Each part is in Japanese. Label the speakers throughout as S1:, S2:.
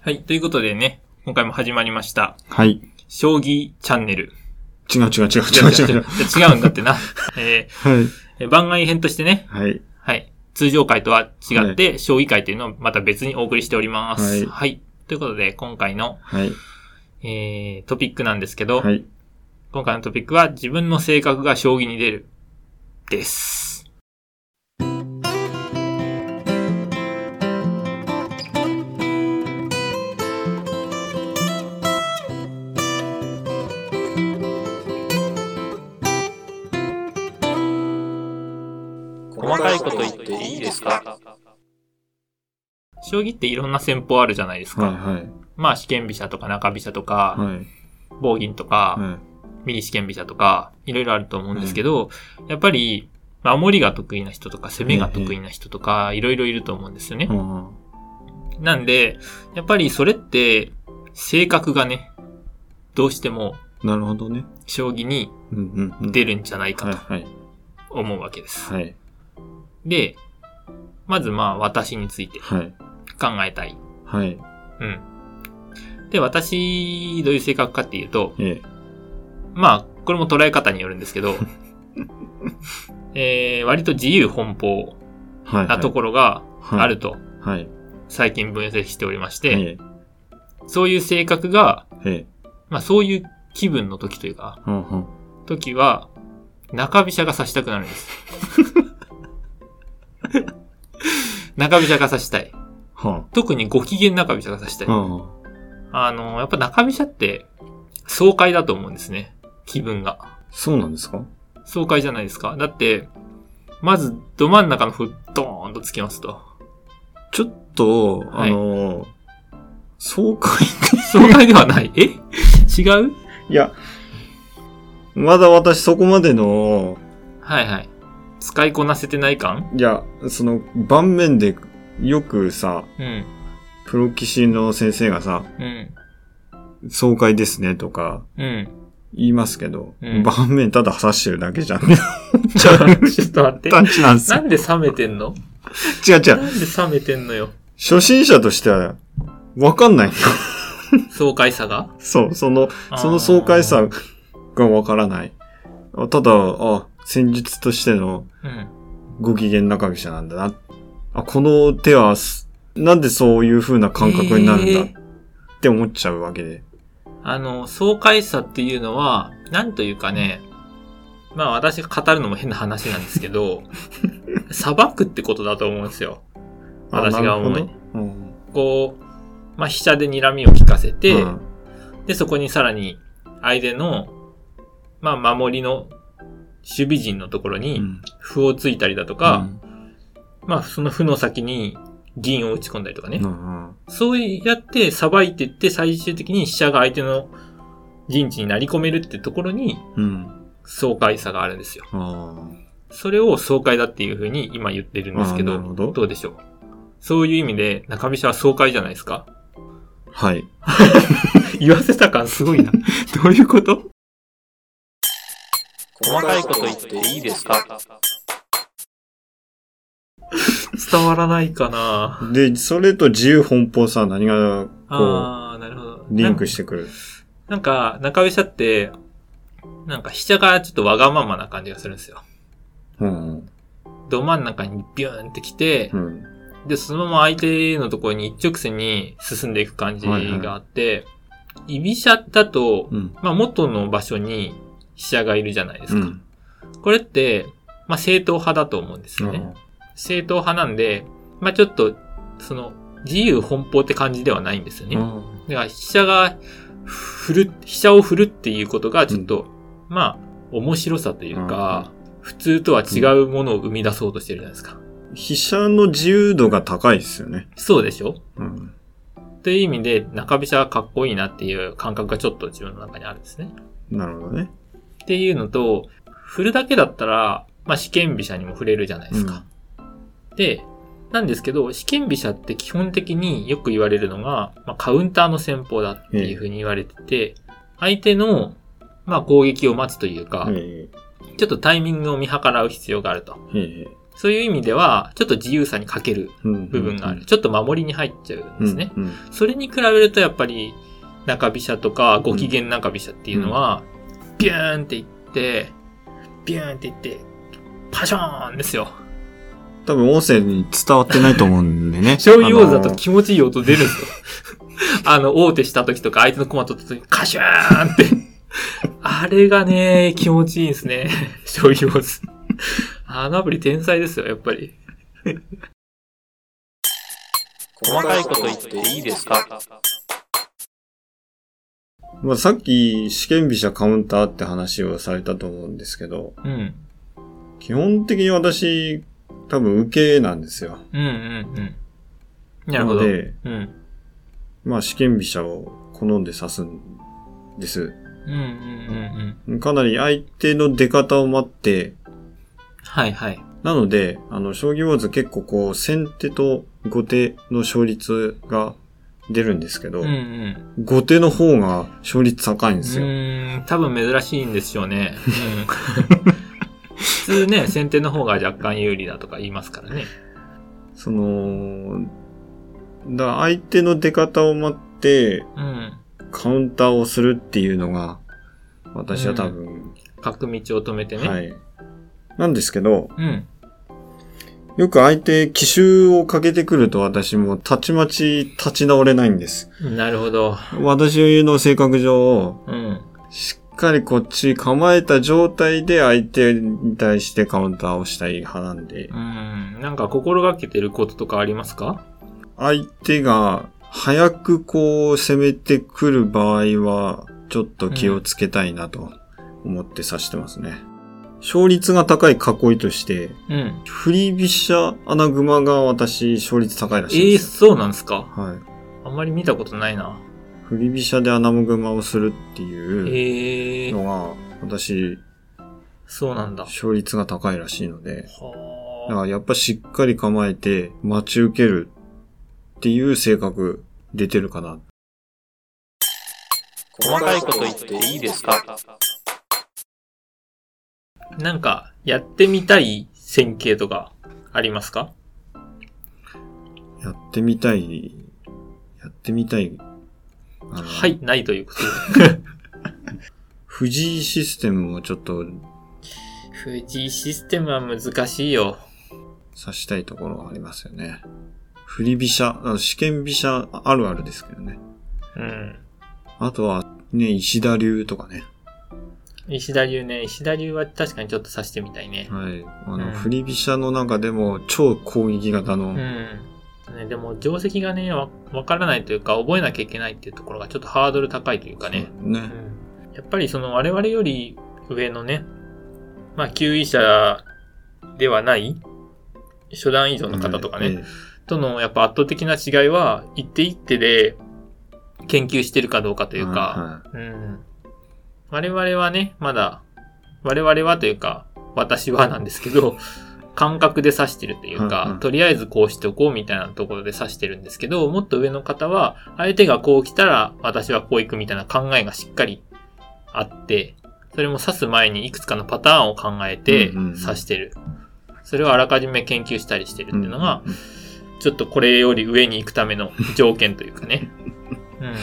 S1: はい。ということでね、今回も始まりました。
S2: はい。
S1: 将棋チャンネル。
S2: 違う違う違う違う違う。違う
S1: 違うんだってな。 え
S2: はい。
S1: ー番外編としてね、
S2: はい。
S1: はい。通常回とは違って、将棋会というのをまた別にお送りしております。は。
S2: はいい
S1: ということで、今回の、
S2: はい。
S1: えー、トピックなんですけど、
S2: はい。
S1: 今回のトピックは自分の性格が将棋に出る。です。
S3: 細かいこと言っていいですか
S1: 将棋っていろんな戦法あるじゃないですか。
S2: はい。はい。
S1: まあ、試験飛車とか中飛車とか、
S2: はい。
S1: 棒銀とか、
S2: はい。
S1: 右試験飛車とか、いろいろあると思うんですけど、やっぱり、守りが得意な人とか、攻めが得意な人とか、いろいろいると思うんですよね
S2: う。ん
S1: なんで、やっぱりそれって、性格がね、どうしても、
S2: なるほどね。
S1: 将棋に
S2: うんうんうん。
S1: 出るんじゃない
S2: は
S1: か
S2: い。
S1: と
S2: はい。
S1: 思うわけです。
S2: はい。
S1: で、まずまあ、私について
S2: はい。
S1: 考えたい。
S2: はい。
S1: うん。で、私、どういう性格かっていうと、
S2: ええ。
S1: まあ、これも捉え方によるんです けど、えー、割と自由奔放
S2: はい。
S1: なところが
S2: はい
S1: ある。と
S2: はい。
S1: 最近分析しておりまして、
S2: ええ。
S1: そういう性格が、
S2: ええ。
S1: まあそういう気分の時というか、
S2: うんうん。
S1: 時は、中飛車が指したくなるんです。 中飛車が指したい。
S2: は
S1: 特にご機嫌中飛車が指したい
S2: あ。う。んうん。
S1: あの、やっぱ中飛車って爽快だと思うんですね。気分が。
S2: そうなんですか
S1: 爽快じゃないですか。だって、まず、ど真ん中の歩、ドーンとつきますと。
S2: ちょっと、
S1: は
S2: あ
S1: い
S2: のー、爽快。
S1: 爽快ではない。え違う
S2: いや、まだ私そこまでの、
S1: はいはい。使いこなせてない感
S2: いや、その、盤面でよくさ、
S1: うん。
S2: プロ棋士の先生がさ、
S1: うん。
S2: 爽快ですねとか、
S1: うん。
S2: 言いますけど、
S1: うん
S2: 盤面ただ刺してるだけじゃん。ちょっ
S1: ちょっと待 って
S2: と、タッチなんです
S1: な
S2: よ。
S1: んで冷めてんの
S2: 違う違
S1: な
S2: う。
S1: んで冷めてんのよ。
S2: 初心者としては、わかんないの。
S1: 爽快さが
S2: そう、その、その爽快。さがわからない。ただ、あ、戦術としての
S1: あーうん。
S2: ご機嫌中飛車なんだな。あ、この手はす、なんでそういう風な感覚になるんだ
S1: だ。
S2: って思っちゃうわけで。
S1: あの、爽快さっていうのは、なんというかね、まあ私が語るのも変な話なんですけ ど、砂漠ってことだと思うんですよ。
S2: あ
S1: 私が思い
S2: なるほどうん
S1: こう、まあ、飛車で睨みを利かせて、
S2: うん
S1: で、そこにさらに、相手の、まあ、守りの、守備陣のところ
S2: う
S1: に、
S2: ん
S1: 歩をついたりだとか、まあ、その歩の先に、銀を打ち込んだりとかね。
S2: うんうん
S1: そうやって、さばいてって、最終的に飛車が相手の陣地になり込めるってところに、
S2: うん。
S1: 爽快さがあるんですよ。
S2: あ
S1: それを爽快だっていうふうに今言ってるんですけ
S2: あ
S1: ど、
S2: ーなるほど
S1: どうでしょうそういう意味で、中飛車は爽快じゃないですか
S2: あ。はい。
S1: 言わせた感すご いな。どういうこと
S3: 細かいこと言っていいですか
S1: 伝わらないかな
S2: で、それと自由奔放さ、何が、こ
S1: あー、なるほど。
S2: う、リンクしてくる。
S1: なんか、中飛車って、なんか飛車がちょっとわがままな感じがするんですよ。
S2: うん。
S1: ど真ん中にビューンってきて
S2: う、ん。
S1: で、そのまま相手のところに一直線に進んでいく感じがあって、居飛車だと
S2: う、ん。
S1: まあ元の場所に飛車がいるじゃないです
S2: う
S1: か。
S2: ん。
S1: これって、まあ正統派だと思うんですよね。正統派なんで、まあちょっと、その、自由奔放って感じではないんですよね。
S2: うん
S1: だから飛車が振る、飛車を振るっていうことがちょっと、まあ、面白さというか、普通とは違うものを生み出そうとしてるじゃないですか。
S2: 飛車の自由度が高いですよね。
S1: そうでしょ
S2: うん。
S1: という意味で、中飛車はかっこいいなっていう感覚がちょっと自分の中にあるんですね。
S2: なるほどね。
S1: っていうのと、振るだけだったら、まあ、試験飛車にも触れるじゃないですか。で、なんですけど、試験飛車って基本的によく言われるのが、まあ、カウンターの戦法だっていうふうに言われてて、相手の、まあ、攻撃を待つというか、
S2: ええ
S1: ちょっとタイミングを見計らう必要があると。
S2: ええ
S1: そういう意味では、ちょっと自由さに欠ける部
S2: 部
S1: 分がある。。ちょっと守りに入っちゃうんですね。
S2: うんうん
S1: それに比べると、やっぱり、中飛車とか、ご機嫌中飛車っていうのは、ビューンっていって、ビューンっていって、パショーンですよ。
S2: 多分音声に伝わってないと思うんでね。
S1: 醤油王座
S2: あ
S1: と
S2: の
S1: 気持ちいい音出るんですよ。 あの、王手した時とか、相手の駒取った時に、カシューンって。あれがね、気持ちいいんですね。 醤油王座。あのアプリ天才ですよ、やっぱり。
S3: 細かいこと言っていいですか
S2: まあ、さっき試験飛車カウンターって話をされたと思うんですけど、
S1: うん。
S2: 基本的に私、多分受けなんですよ。
S1: うんうんうん。なるほど。
S2: ので、
S1: うん。
S2: まあ試験飛車を好んで指すんです。
S1: うんうんうんうん。
S2: かなり相手の出方を待って、
S1: はいはい。
S2: なので、あの、将棋ウォーズ結構こう、先手と後手の勝率が出るんですけど、
S1: うんうん。
S2: 後手の方が勝率高い
S1: う
S2: んですよ。
S1: ーん、多分珍しいんでしょうね。 うん普通ね、先手の方が若干有利だとか言いますからね。
S2: その、だから相手の出方を待って、
S1: うん。
S2: カウンターをするっていうのが、私は多分、
S1: 角道を止めてね。
S2: はい。なんですけど、
S1: うん。
S2: よく相手、奇襲をかけてくると私もたちまち立ち直れないんです。
S1: なるほど。
S2: 私の性格上、
S1: うん。
S2: しっかりこっち構えた状態で相手に対してカウンターをしたい派なんで
S1: う、ん。なんか心がけてることとかありますか
S2: 相手が早くこう攻めてくる場合は、ちょっと気をつけたいなと思って指してますね。勝率が高い囲いとして、
S1: うん。
S2: フリービッシャアナグマが私、勝率高いらしい
S1: ええ
S2: で
S1: ー、
S2: す。
S1: そうなんですか
S2: はい。
S1: あんまり見たことないな。
S2: フリービッシャでアナグマをするっていう
S1: ええー、
S2: のが、私、
S1: そうなんだ。
S2: 勝率が高いらしいので、だか
S1: は
S2: らやっぱしっかり構えて待ち受けるっていう性格出てるかな。
S3: 細かいこと言っていいですか
S1: あ。なんか、やってみたい線形とかありますか
S2: やってみたい、やってみたい。あの
S1: はい、ないということで。
S2: 藤井システムもちょっと
S1: 藤井システムは難しいよ。
S2: 指したいところがありますよね。振り飛車、あの試験飛車あるあるですけどね。
S1: うん。
S2: あとは、ね、石田流とかね。
S1: 石田流ね。石田流は確かにちょっと指してみたいね。
S2: はい。あ
S1: う
S2: の、
S1: ん
S2: 振り飛車の中でも超攻撃型
S1: う
S2: の、
S1: ん。ね、でも、定石がね、わわからないというか、覚えなきゃいけないっていうところがちょっとハードル高いというかね。
S2: ね。
S1: やっぱりその我々より上のね、まあ、給位者ではない初段以上の方とかね、
S2: はい。
S1: とのやっぱ圧倒的な違いは、一手一手で研究してるかどうかと
S2: と
S1: いうか、うん、我々はね、まだ、我々はというか、私はなんですけど、 感覚で指してるという
S2: うんう
S1: か
S2: ん、
S1: とりあえずこうしておこうみたいなところで指してるんですけど、もっと上の方は、相手がこう来たら私はこう行くみたいな考えがしっかりあって、それも指す前にいくつかのパターンを考えて
S2: うんうんうん
S1: 指してる。それをあらかじめ研究したりしてるっていうのが、
S2: うん、
S1: ちょっとこれより上に行くため の条件というかね。うん。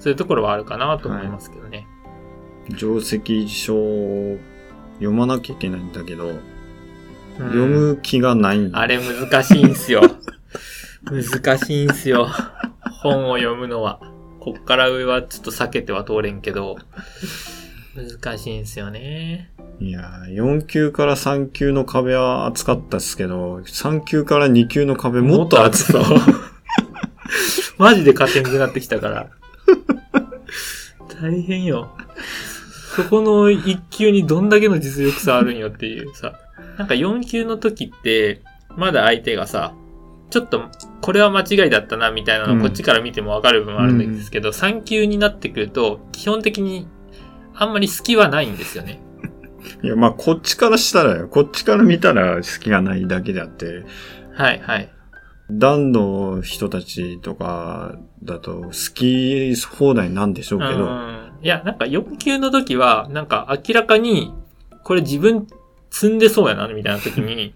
S1: そういうところはあるかなと思いますけどね。
S2: 定石書を読まなきゃいけないんだけど、
S1: うん
S2: 読む気がないん
S1: あれ難しいんすよ。難しいんすよ。本を読むのは。こっから上はちょっと避けては通れんけど、難しいんすよね。
S2: いやー、4級から3級の壁は厚かったっすけど、3級から2級の壁もっと厚
S1: そう。マジで勝てなくなってきたから。大変よ。そこの1級にどんだけの実力差あるんよっていうさ。なんか4級の時って、まだ相手がさ、ちょっとこれは間違いだったなみたいな
S2: うん
S1: のこっちから見てもわかる部分もあるんですけど、3級になってくると、基本的にあんまり隙はないんですよね。
S2: いや、まあ、こっちからしたらよ、こっちから見たら好きがないだけであって、
S1: はいはい。
S2: 段の人たちとかだと好き放題なんでしょうけ
S1: う
S2: ど、
S1: んいや、なんか4級の時は、 なんか明らかに、これ自分積んでそうやな、みたいな時に、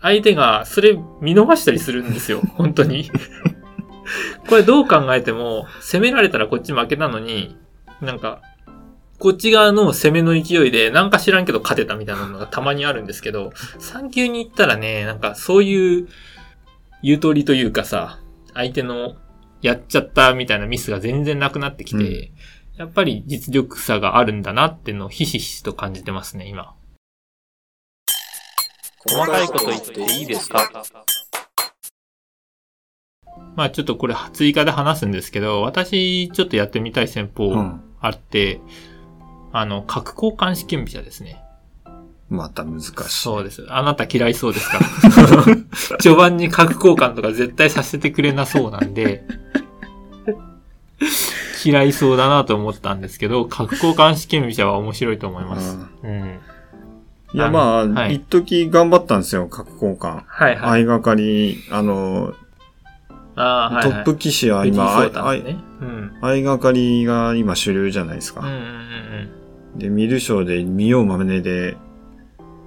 S1: 相手がそれ見逃したりするんですよ、本当 に。これどう考えても、攻められたらこっち負けなのに、なんか、こっち側の攻めの勢いで、なんか知らんけど勝てたみたいなのがたまにあるんですけど、3級に行ったらね、なんかそういう、ゆとりというかさ、相手のやっちゃったみたいなミスが全然なくなってきて、やっぱり実力差があるんだなっていうのをひしひしと感じてますね、今。
S3: 細かいこと言っていいですか
S1: まあちょっとこれ追加で話すんですけど、私ちょっとやってみたい戦法
S2: うん。
S1: あって、あの、核交換試験飛車ですね。
S2: また難しい。
S1: そうです。あなた嫌いそうですから 序盤に核交換とか絶対させてくれなそうなんで、嫌いそうだなと思ったんですけど、核交換試験飛車は面白いと思います。
S2: うん
S1: うん。
S2: いや、
S1: あの
S2: まあ、
S1: はい
S2: 一時頑張ったんですよ、角交換。
S1: はいはい。
S2: 相掛かり、あの、
S1: あーはい
S2: ト
S1: は
S2: ッ
S1: い
S2: プ棋士は
S1: 藤井
S2: 今、
S1: 聡
S2: あい
S1: 太
S2: あ
S1: の
S2: い
S1: ね。うん。
S2: 相掛かりが今主流じゃないです
S1: うんうん
S2: か。で、見る賞で見ようまねで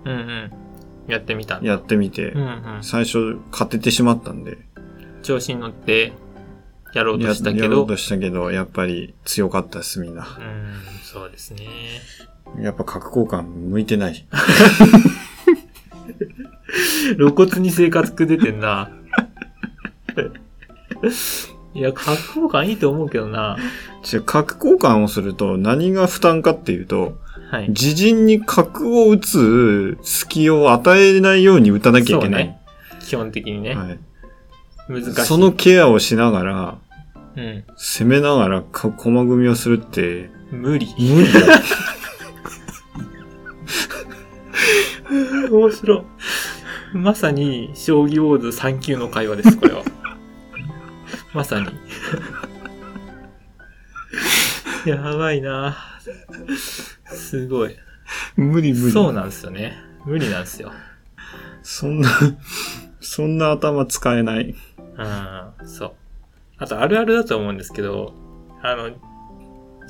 S1: うんうん。うんうん。やってみたんだ
S2: やってみて
S1: うん、うん。
S2: 最初勝ててしまったんで、
S1: 調子に乗ってやろうと
S2: や
S1: した
S2: や
S1: け
S2: ろう
S1: ど
S2: と、したけど、やっぱり強かったです、みんな
S1: う。ん、そうですね。
S2: やっぱ角交換向いてない。
S1: 露骨に生活苦出てんな。いや、格好感いいと思うけどな。
S2: 違う角交換をすると何が負担かっていうと、
S1: はい。
S2: 自陣に角を打つ隙を与えないように打たなきゃいけない。
S1: 基本的にね。
S2: はい
S1: 難しい。
S2: その、ケアをしながら、
S1: うん。
S2: 攻めながらか駒組みをするって、
S1: 無 理。
S2: 無 理だ。
S1: 面白い。まさに、将棋ウォーズ3級の会話です、 これは。まさに。やばいなすごい。
S2: 無理無理。
S1: そうなんですよね。無理なんですよ。
S2: そんな、 そんな頭使えない。
S1: うん、そう。あと、あるあるだと思うんですけど、あの、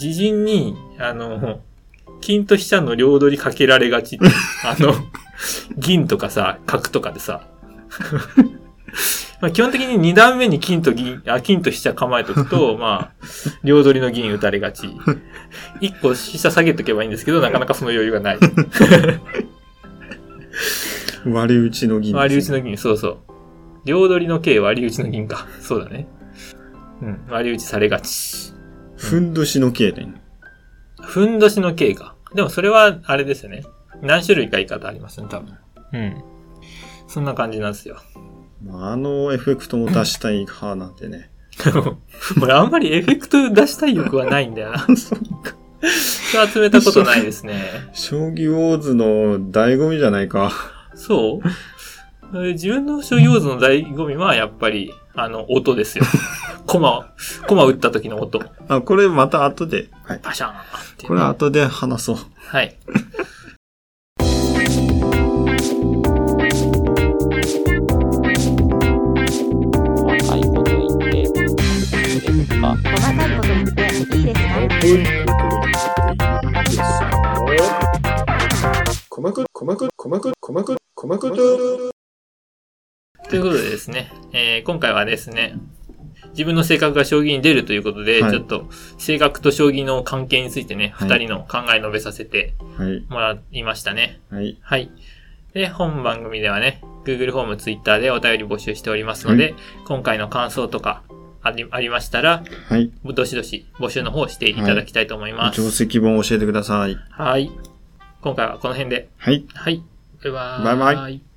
S1: 自陣に、あの、金と飛車の両取りかけられがちっていう。あの、銀とかさ、角とかでさ。 まあ基本的に2段目に金と銀、あ、金と飛車構えとくと、まあ、両取りの銀打たれがち。1個飛車下げとけばいいんですけど、なかなかその余裕がない。
S2: 割り打ちの銀ですね
S1: 割り打ちの銀、そうそう。両取りの計割り打ちの銀か。そうだね。うん、割り打ちされがち。
S2: ふんどしの経ね。
S1: ふんどしの計か。でもそれは、あれですよね。何種類か言い方ありますね、多分。うん。そんな感じなんですよ。
S2: まああのエフェクトも出したい派なんてね。
S1: 俺あんまりエフェクト出したい欲はないんだよな。人集めたことないですね。
S2: 将棋ウォーズの醍醐味じゃないか。
S1: そうえー自分の所要図の醍醐味は、やっぱり、あの、音ですよ。コマを、コマ打った時の音。
S2: あ、これまた後で。はい。
S1: パシャーンっていう。
S2: これは後で話そう。
S1: はい。
S3: 細かいこと言っていいですか
S4: 細かいこと言っていいですか
S2: 細く、細く、細く、細く、細く
S1: ということでですね、えー今回はですね、自分の性格が将棋に出るということで、
S2: はい
S1: ちょっと性格と将棋の関係についてね、
S2: は
S1: 二、
S2: い
S1: 人の考え述べさせて
S2: はい、
S1: もらいましたね。
S2: はい。
S1: はい。で、本番組ではね、Google フォーム、Twitter でお便り募集しておりますので、今回の感想とかありありましたら、
S2: はい。
S1: どしどし募集の方をしていただきたいと思います。
S2: 定石本教えてください。
S1: はい。今回はこの辺で。
S2: はい。
S1: はい。バイバーイ。
S2: バイバ
S1: イ。